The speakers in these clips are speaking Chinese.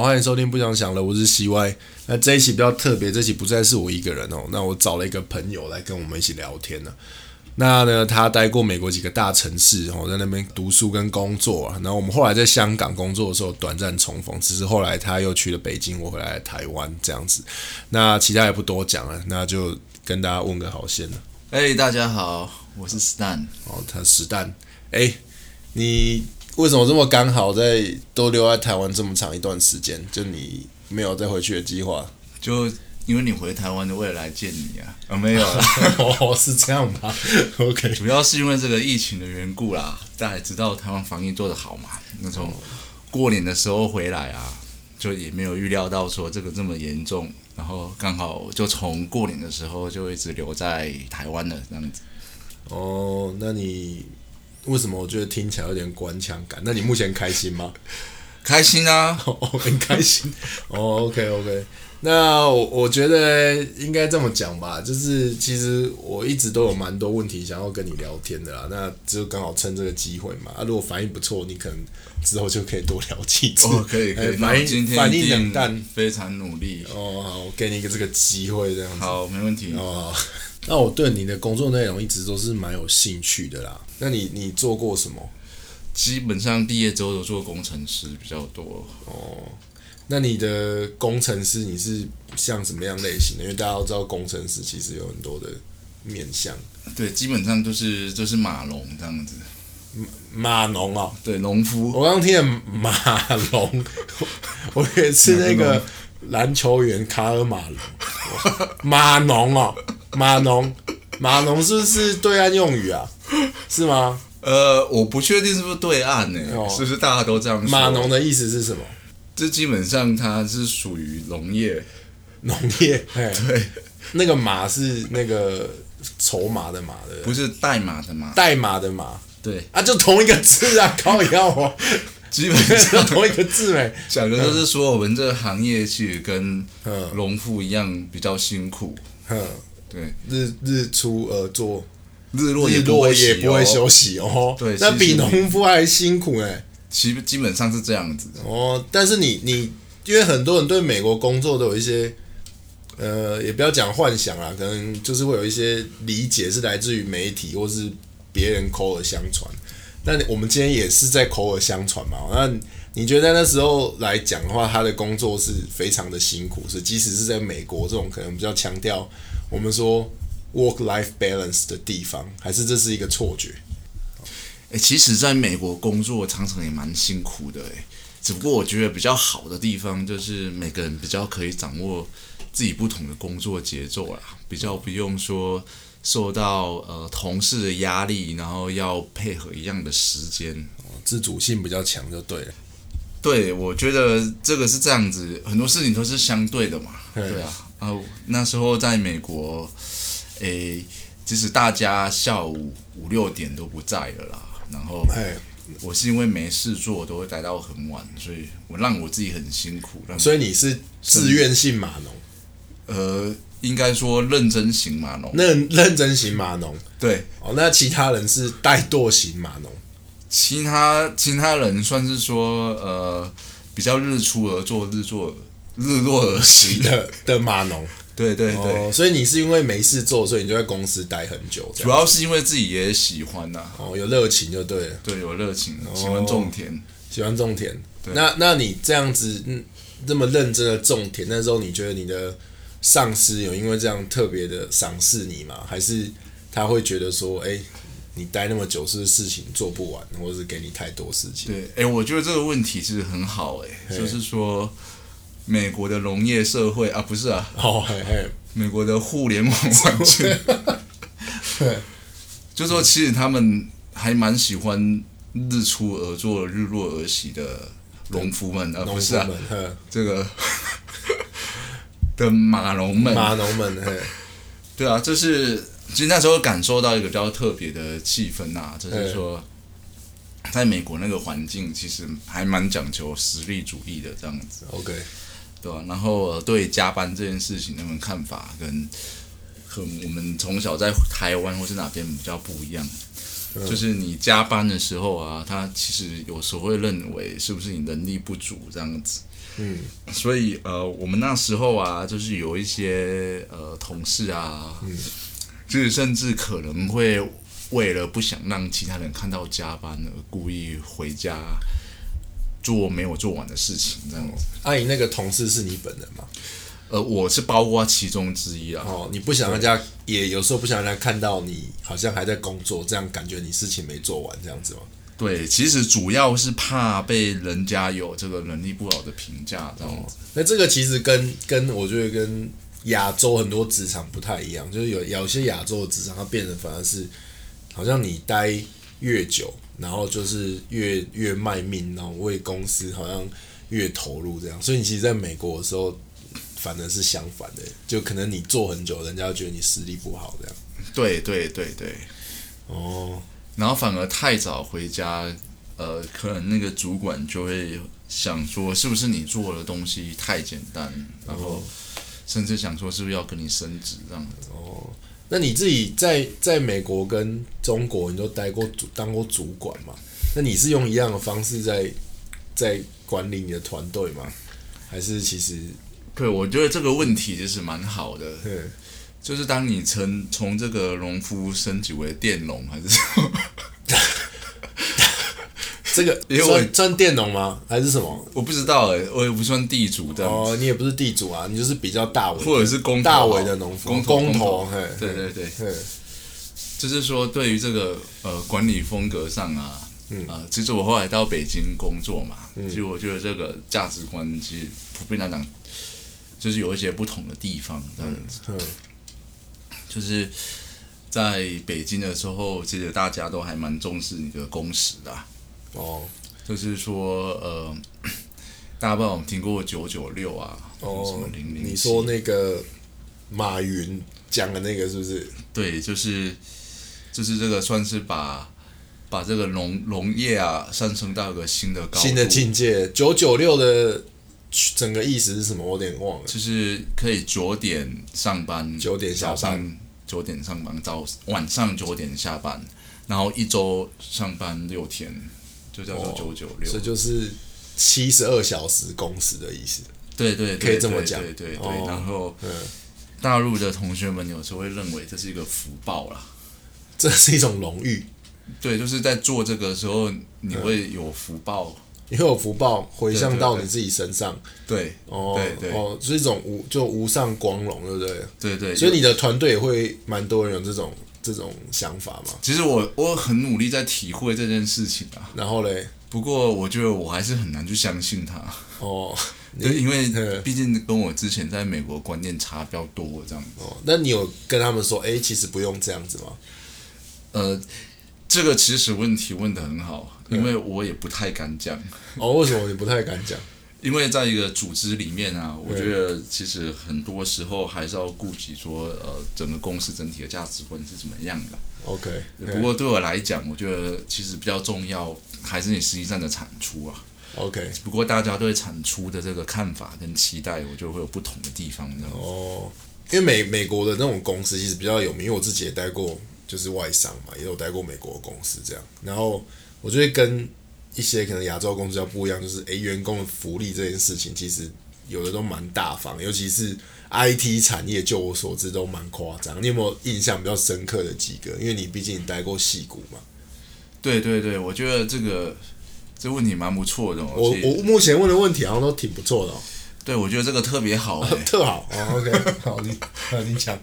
欢迎收听《不想想了》，我是 CY。那这一期比较特别，这期不再是我一个人哦，那我找了一个朋友来跟我们一起聊天呢、那呢，他待过美国几个大城市，哦，在那边读书跟工作啊。然后我们后来在香港工作的时候短暂重逢，只是后来他又去了北京，我回来台湾这样子。那其他也不多讲了，那就跟大家问个好先了。嘿、哎大家好，我是 Stan。哦，他实弹，哎，你为什么这么刚好在都留在台湾这么长一段时间？就你没有再回去的计划？就因为你回台湾的未来见你啊，啊没有啦， 哦，是这样吧？OK，主要是因为这个疫情的缘故啦。大家也知道台湾防疫做得好嘛，那哦从过年的时候回来啊，就也没有预料到说这个这么严重，然后刚好就从过年的时候就一直留在台湾了这样子。哦，那你为什么我觉得听起来有点官腔感？那你目前开心吗？开心啊！ 哦，很开心。哦，OK OK，那我我觉得应该这么讲吧，就是其实我一直都有蛮多问题想要跟你聊天的啦，那就刚好趁这个机会嘛。啊，如果反应不错，你可能之后就可以多聊几次。哦，可以可哎以，那反我今应天反一应定冷淡。非常努力。哦，好，我给你一个这个机会这样子。好，没问题。哦，好那我对你的工作内容一直都是蛮有兴趣的啦。那你你做过什么？基本上毕业之后都做工程师比较多，那你的工程师你是像什么样类型的？因为大家都知道工程师其实有很多的面向。对，基本上就是就是码农这样子，马农啊、对，农夫，我刚刚听的马龙， 我我以为是那个篮球员卡尔马龙。马农哦，马农，马农是不是对岸用语啊？是吗？呃，我不确定是不是对岸呢、哦是不是大家都这样说？马农，的意思是什么？这基本上它是属于农业，农业。嘿对，那个马是那个筹码的马的，不是代码的嘛，代码的马。对，啊，就同一个字啊，靠腰哦， 基本就上 同一个字没。讲的就是说我们这个行业其实跟嗯农夫一样比较辛苦，哼，对，日日出而作，日落日也落息也不会哦休息哦。对那其比实农夫还辛苦哎、其基本上是这样子的，哦，但是你你，因为很多人对美国工作都有一些，呃，也不要讲幻想啦，可能就是会有一些理解是来自于媒体或是别人口耳相传。那我们今天也是在口耳相传嘛？那你觉得那时候来讲的话，他的工作是非常的辛苦，是即使是在美国这种可能比较强调我们说 work life balance 的地方，还是这是一个错觉？欸，其实在美国工作常常也蛮辛苦的欸，只不过我觉得比较好的地方就是每个人比较可以掌握自己不同的工作节奏啦，比较不用说受到呃同事的压力，然后要配合一样的时间。哦自主性比较强就对了。对，我觉得这个是这样子，很多事情都是相对的嘛。嗯对啊，啊，那时候在美国，诶、即使大家下午五六点都不在了啦，然后。哎，我是因为没事做，都会待到很晚，所以我让我自己很辛苦。让所以你是自愿性码农。呃，应该说认真型码农。认认真型码农对，哦，那其他人是怠惰型码农其他其他人算是说呃比较日出而作，日作日落而息。的的码农对对对，哦，所以你是因为没事做，所以你就在公司待很久，这主样要是因为自己也喜欢呐、哦有热情就对了，对，有热情，喜欢种田。喜欢种田。那那你这样子嗯这么认真的种田，那时候你觉得你的上司有因为这样特别的赏识你吗？还是他会觉得说，哎、你待那么久，是不是事情做不完，或者是给你太多事情？对，哎、我觉得这个问题其实很好、哎，就是说美国的农业社会啊，不是啊，哦，嘿嘿，美国的互联网环境， 对，就说其实他们还蛮喜欢日出而作、日落而息的农夫们，而、不农是夫啊们，呵这个 的马农们，码农们，嘿，对啊，就是其实那时候感受到一个比较特别的气氛呐、就是说。在美国那个环境，其实还蛮讲求实力主义的这样子。 OK，对吧、然后、呃对加班这件事情，你们看法跟和我们从小在台湾或是哪边比较不一样？就是你加班的时候啊，他其实有时候会认为是不是你能力不足这样子。嗯，所以呃，我们那时候啊，就是有一些呃同事啊，就是甚至可能会为了不想让其他人看到加班而故意回家做没有做完的事情这样子。阿、姨啊那个同事是你本人吗？呃，我是包括其中之一啊。哦，你不想让人家，也有时候不想让人家看到你好像还在工作，这样感觉你事情没做完这样子吗？对，其实主要是怕被人家有这个能力不好的评价这样子。那这个其实跟跟我觉得跟亚洲很多职场不太一样，就是有有些亚洲的职场，它变成反而是好像你待越久，然后就是越越卖命，然后为公司好像越投入这样。所以你其实在美国的时候，反而是相反的，就可能你做很久，人家觉得你实力不好这样。对对对对，哦，然后反而太早回家，呃，可能那个主管就会想说，是不是你做的东西太简单，然后甚至想说是不是要跟你升职这样子。那你自己在在美国跟中国，你都待过主当过主管嘛？那你是用一样的方式在在管理你的团队吗？还是其实对，我觉得这个问题就是蛮好的，嗯就是当你从从这个农夫升级为佃农，还是什么 这个因为我算算佃农吗？还是什么？我不知道哎、我也不算地主这样子，哦，你也不是地主啊，你就是比较大尾，啊或者是工头大尾的农夫，工工头，嘿，对对对。嘿，就是说，对于这个呃管理风格上啊，嗯呃，其实我后来到北京工作嘛，其实我觉得这个价值观其实普遍来讲，就是有一些不同的地方，这样子。嗯就是在北京的时候，其实大家都还蛮重视你的工时的啊、哦就是说呃， 大家不知道我们听过九九六啊，什么哦，零零，啊你说那个马云讲的那个是不是？对，就是就是这个算是把把这个农农业啊上升到一个新的高度，新的境界，九九六的整个意思是什么？我有点忘了。就是可以九点上班， 9点下班早上九点上班，早晚上九点下班，然后一周上班六天，就叫做九九六这。哦就是七十二小时工时的意思。对对，对可以这么讲对对对哦对。然后嗯，大陆的同学们有时候会认为这是一个福报啦。这是一种荣誉， 对，就是在做这个时候，你嗯会有福报。你会有福报回向对到对你自己身上。对，哦，对对哦，是一种无就无上光荣，对不对？对对。所以你的团队也会蛮多人有这种这种想法嘛。其实我我很努力在体会这件事情啊，然后嘞，不过我觉得我还是很难去相信它。哦对，因为嗯毕竟跟我之前在美国观念差比较多，这样。哦，那你有跟他们说，哎、其实不用这样子吗？呃，这个其实问题问得很好，因为我也不太敢讲，哦，为什么你不太敢讲？因为在一个组织里面啊，我觉得其实很多时候还是要顾及说，呃，整个公司整体的价值观是怎么样的。 OK，不过对我来讲，我觉得其实比较重要还是你实际上的产出啊。 OK，不过大家对产出的这个看法跟期待，我觉得会有不同的地方，这样。哦，因为美美国的那种公司其实比较有名，因为我自己也待过，就是外商嘛，也有待过美国的公司这样。然后我觉得跟一些可能亚洲公司要不一样，就是诶、员工的福利这件事情，其实有的都蛮大方，尤其是 IT 产业，就我所知都蛮夸张。你有没有印象比较深刻的几个？因为你毕竟你待过戏谷嘛。对对对，我觉得这个这问题蛮不错的哦。我其实我目前问的问题好像都挺不错的、 哦，对我觉得这个特 别好、欸。特好。哦、OK，好， 你好你讲。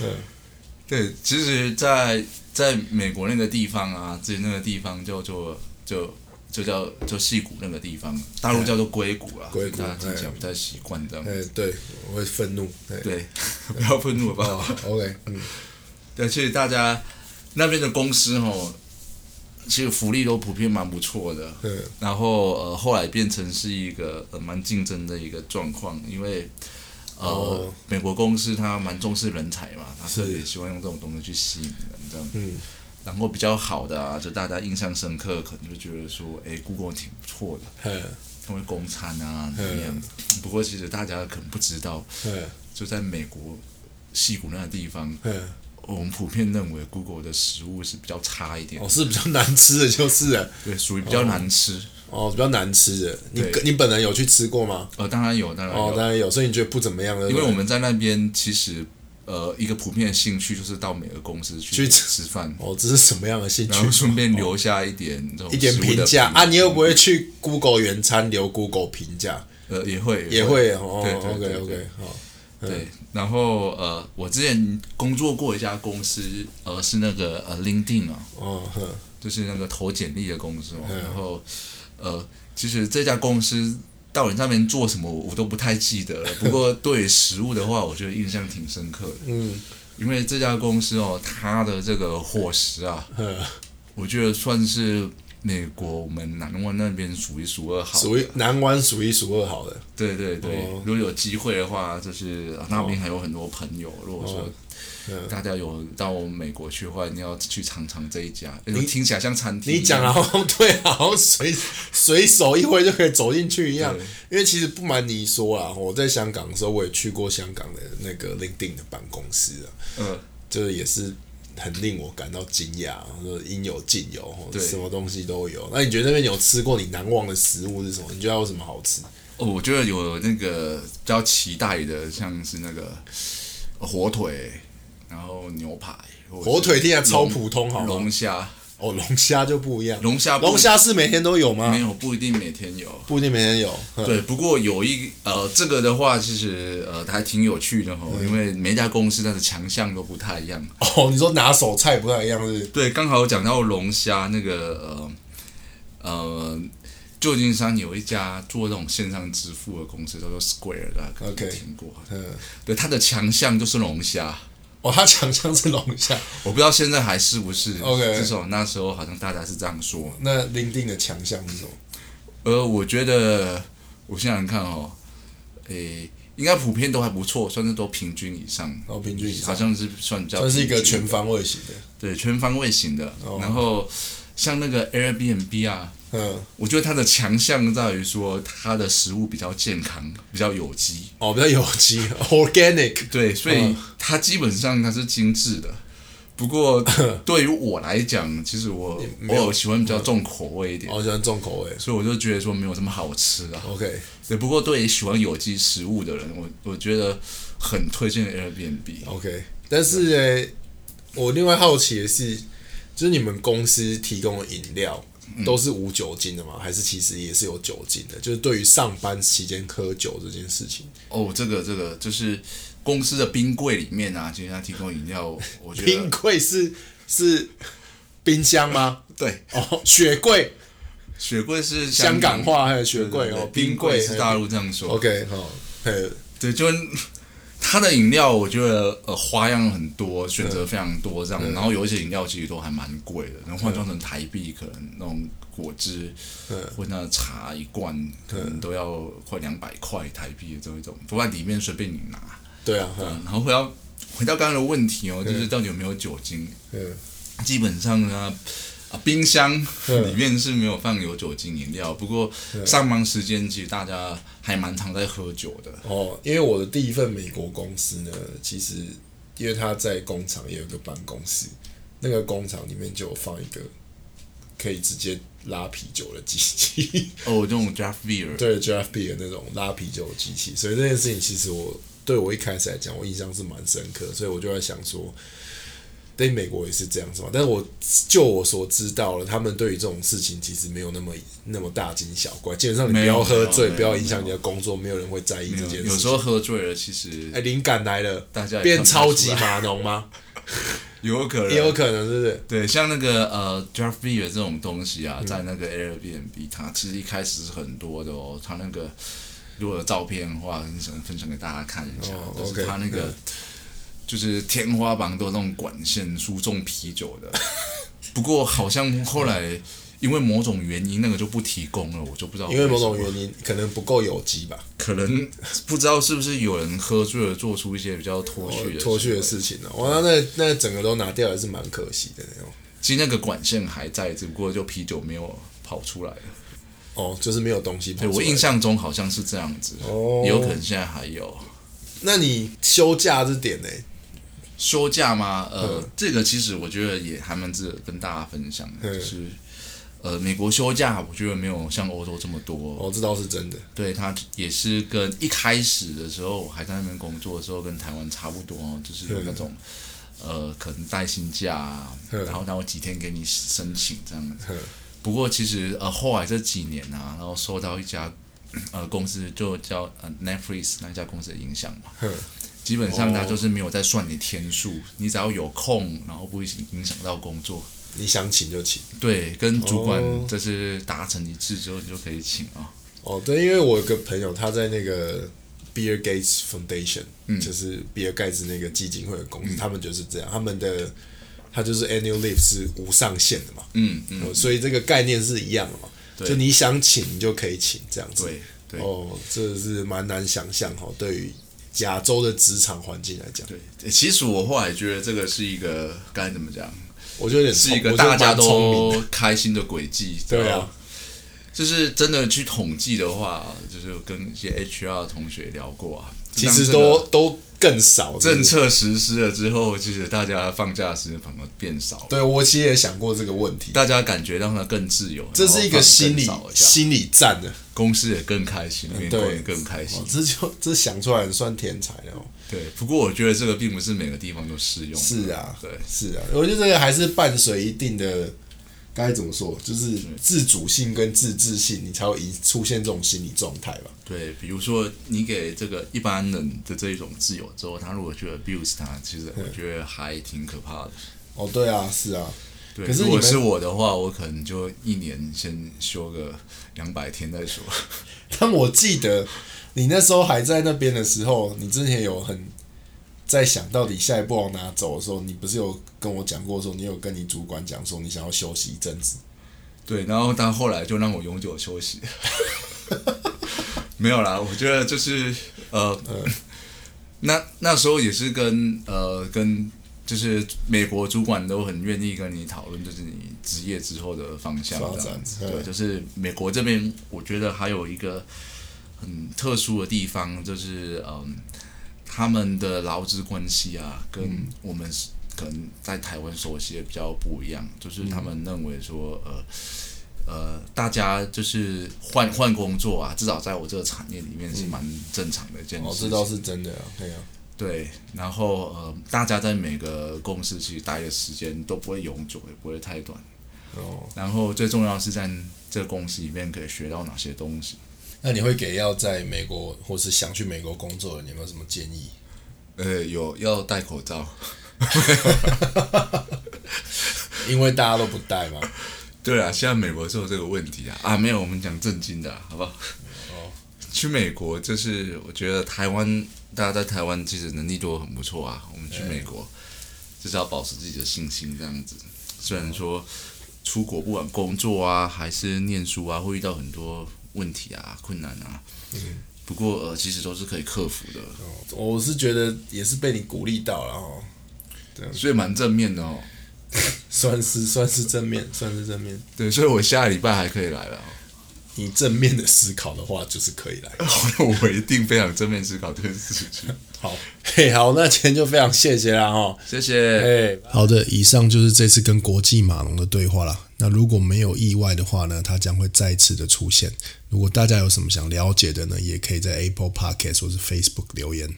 嗯，对，其实在，在美国那个地方啊，自己那个地方叫做就就叫就戏谷那个地方，大陆叫做硅谷啦，哎硅谷大家听起来不太习惯这样。 哎、对，我会愤怒。对对， 不要愤怒吧。 ，OK，嗯。对，其实大家那边的公司哦，其实福利都普遍蛮不错的。嗯然后呃，后来变成是一个呃蛮竞争的一个状况，因为呃、哦美国公司它蛮重视人才嘛，它特别是喜欢用这种东西去吸引人这样。嗯。然后比较好的啊，就大家印象深刻，可能就觉得说，哎，Google 挺不错的，嗯他们供餐啊怎么样？不过其实大家可能不知道，嗯就在美国戏谷那个地方，嗯我们普遍认为 Google 的食物是比较差一点，哦，是比较难吃的，就是了对，属于比较难吃。哦，比较难吃的。你对你本人有去吃过吗？呃，当然有，当然有，哦，当然有，所以你觉得不怎么样的，因为我们在那边其实呃一个普遍的兴趣就是到每个公司去去吃饭，哦，这是什么样的兴然后趣？顺便留下一点这种一点食物的评价啊，你又又不会去 Google 原餐留 Google 评价，呃也会也会嗯哦。对对 OK 哦对对 OK，好，对，然后呃我之前工作过一家公司，呃是那个呃 LinkedIn 啊，哦，哼就是那个投简历的公司嗯嘛，然后呃其实这家公司。到底上面做什么，我都不太记得了。不 过对于食物的话，我觉得印象挺深刻的。嗯因为这家公司哦，它的这个伙食啊，哼，我觉得算是美国我们南湾那边数一数二好。属于南湾数一数二好的。对对对，哦如果有机会的话，就是啊那边还有很多朋友。如果说哦嗯大家有到美国去的话，你要去尝尝这一家，你听起来像餐厅一你样。讲啊然后对，好像 随随手一挥就可以走进去一样对。因为其实不瞒你说啦，我在香港的时候，我也去过香港的那个 LinkedIn 的办公室啊，呃，就是也是很令我感到惊讶，就是应有尽有，哦对什么东西都有。那你觉得那边有吃过你难忘的食物是什么？你觉得它有什么好吃？哦，我觉得有那个比较期待的，像是那个呃火腿，然后牛排，或者是火腿听起来超龙普通好吗龙虾，哦，龙虾就不一样，龙虾不龙虾是每天都有没吗？有不一定每天有。不一定每天有。 哼对，不过有一呃，这个的话，其实呃还挺有趣的哈，嗯因为每一家公司它的强项都不太一样。哦，你说拿手菜不太一样是不是？对，刚好有讲到龙虾那个呃呃，旧金山有一家做这种线上支付的公司叫做 Square 的，可能 OK 听过。嗯，对，它的强项就是龙虾，哦，它强项是龙虾， 我不知道现在还是不是。 OK 至少那时候好像大家是这样说。那 LinkedIn 的强项是什么？呃，我觉得我想想看哦，诶，应该普遍都还不错，算是都平均以上。哦平均以上好像是算比较算是一个平均全哦方位型的。对全方位型的。然后像那个 Airbnb 啊，嗯，我觉得它的强项在于说它的食物比较健康，比较有机。哦，比较有机 （organic）。对，所哦以它基本上它是精致的。不过对于我来讲，其实我没有偶尔喜欢比较重口味一点，哦，喜欢重口味。所以我就觉得说没有这么好吃啊。 OK，对，不过对于喜欢有机食物的人，我我觉得很推荐 Airbnb。 OK，但是诶、我另外好奇的是，就是你们公司提供的饮料嗯都是无酒精的吗？还是其实也是有酒精的？就是对于上班期间喝酒这件事情，哦，这个这个就是公司的冰柜里面啊，其实它提供饮料，我觉 冰得柜是是冰箱吗？对，哦，雪柜，雪柜是香港话还有对雪对柜对哦，冰柜是大。陆这样说。 OK，好，嘿对，就它的饮料，我觉得呃花样很多，选择非常多这样。然后有一些饮料其实都还蛮贵的，然后换算成台币，可能那种果汁嗯或那茶一罐，可能都要快两百块台币的这一种，不然里面随便你拿。对啊，嗯然后回到回到刚刚的问题哦，就是到底有没有酒精？嗯，基本上呢，啊，冰箱嗯里面是没有放有酒精饮料。不过上班时间其实大家还蛮常在喝酒的。哦，因为我的第一份美国公司呢，其实因为他在工厂也有个办公室，那个工厂里面就有放一个可以直接拉啤酒的机器， 哦，这种 draft beer，对 g f b 的那种拉啤酒的机器，所以这件事情其实我对我一开始来讲，我印象是蛮深刻，所以我就在想说。对美国也是这样是吧？但是我就我所知道了，他们对于这种事情其实没有那么那么大惊小怪。基本上你不没有要喝醉，没有不要影响你的工作，没有人会在意这件事情。有时候喝醉了，其实哎，灵感来了，大家也变看不超级出来码农 吗？有可也有能。可能，是不是？对，像那个呃 draft beer 这种东西嗯啊，在那个 Airbnb，它其实一开始是很多的哦。它那个如果有照片的话，你想分享给大家看一下，哦就是 OK，它那个。嗯就是天花板都有那种管线输送啤酒 的，不过好像后来因为某种原因，那个就不提供了，我就不知道因为某什种么原因，可能不够有机吧，可能不知道是不是有人喝醉了做出一些比较脱序的哦脱序行为的事情呢、哇，那那那整个都拿掉也是蛮可惜的那种。其实那个管线还在，只不过就啤酒没有跑出来了。哦，就是没有东西跑对出来。我印象中好像是这样子，哦也有可能现在还有。那你休假这点呢？休假吗？呃，这个其实我觉得也还蛮值得跟大家分享的，嗯就是呃，美国休假我觉得没有像欧洲这么多，哦，这倒是真的。对他也是跟一开始的时候我还在那边工作的时候跟台湾差不多，就是有那种。呃，可能带薪假啊，嗯然后然后几天给你申请这样子嗯。不过其实呃，后来这几年啊，然后受到一家呃公司就叫呃 Netflix 那家公司的影响嘛，哼，基本上它哦就是没有在算你天数，你只要有空，然后不会影响到工作，你想请就请。对，跟主管哦就是达成一致之后，你就可以请啊、哦，对，因为我有个朋友，他在那个 Bill Gates Foundation，、就是嗯比尔盖茨那个基金会的公司，他们就是这样，他们的他就是 annual leave 是无上限的嘛，嗯嗯，哦所以这个概念是一样的嘛，对就你想请你就可以请这样子。对对、哦，这是蛮难想象哈、哦，对于亚洲的职场环境来讲，对。诶其实我后来觉得这个是一个该怎么讲，我觉得有点是一聪个哦我觉得大家蛮聪明的都开心的轨 迹，对然后啊，就是真的去统计的话，就是跟一些 HR 的同学聊过啊，其让实这个都都更少政是策实施了之后，其实大家放假时间反而变少了。对我其实也想过这个问题，大家感觉让他更自由，这是一个心理然后放得更少一下心理战的。公司也更开心，员工对也更开心哦，。这就这想出来很算天才了、哦。对，不过我觉得这个并不是每个地方都适用。是啊，对，是啊，我觉得这个还是伴随一定的，该怎么说，就是嗯自主性跟自治性，你才会一出现这种心理状态吧。对，比如说你给这个一般人的这一种自由之后，他如果去 abuse 他，其实我觉得还挺可怕的。哦，对啊，是啊，对，可是如你果们是我的话，我可能就一年先休个两百天再说。但我记得你那时候还在那边的时候，你之前有很在想到底下一步往哪走的时候，你不是有跟我讲过说，你有跟你主管讲说你想要休息一阵子。对，然后他后来就让我永久休息。 没有啦，我觉得就是呃，嗯那那时候也是跟呃跟就是美国主管都很愿意跟你讨论，就是你职业之后的方向发这展样子。嗯对，就是美国这边，我觉得还有一个很特殊的地方，就是嗯，他们的劳资关系啊，跟我们可能在台湾熟悉的比较不一样，就是他们认为说呃。呃，大家就是换换工作啊，至少在我这个产业里面是蛮正常的一件哦，这事情。倒是真的啊，对啊，对，然后呃，大家在每个公司其实待的时间都不会永久，也不会太短。哦，然后最重要是在这个公司里面可以学到哪些东西。那你会给要在美国或是想去美国工作的人，你有没有什么建议？呃，有要戴口罩。因为大家都不戴嘛。对啊，现在美国是有这个问题啊啊，没有，我们讲正经的、啊，好不好？哦，去美国就是我觉得台湾大家在台湾其实能力都很不错啊，我们去美国就是要保持自己的信心这样子。虽然说出国不管工作啊还是念书啊，会遇到很多问题啊困难啊，不过呃其实都是可以克服的，哦 我是觉得也是被你鼓励到了哦，所以蛮正面的哦。算是算是正面，算是正面。对，所以我下礼拜还可以来了哦。你正面的思考的话，就是可以来。哦我一定非常正面思考这件事情。好，嘿，好，那今天就非常谢谢啦哈。谢谢。哎，好的，以上就是这次跟国际马龙的对话啦。那如果没有意外的话呢，它将会再次的出现。如果大家有什么想了解的呢，也可以在 Apple Podcast 或是 Facebook 留言。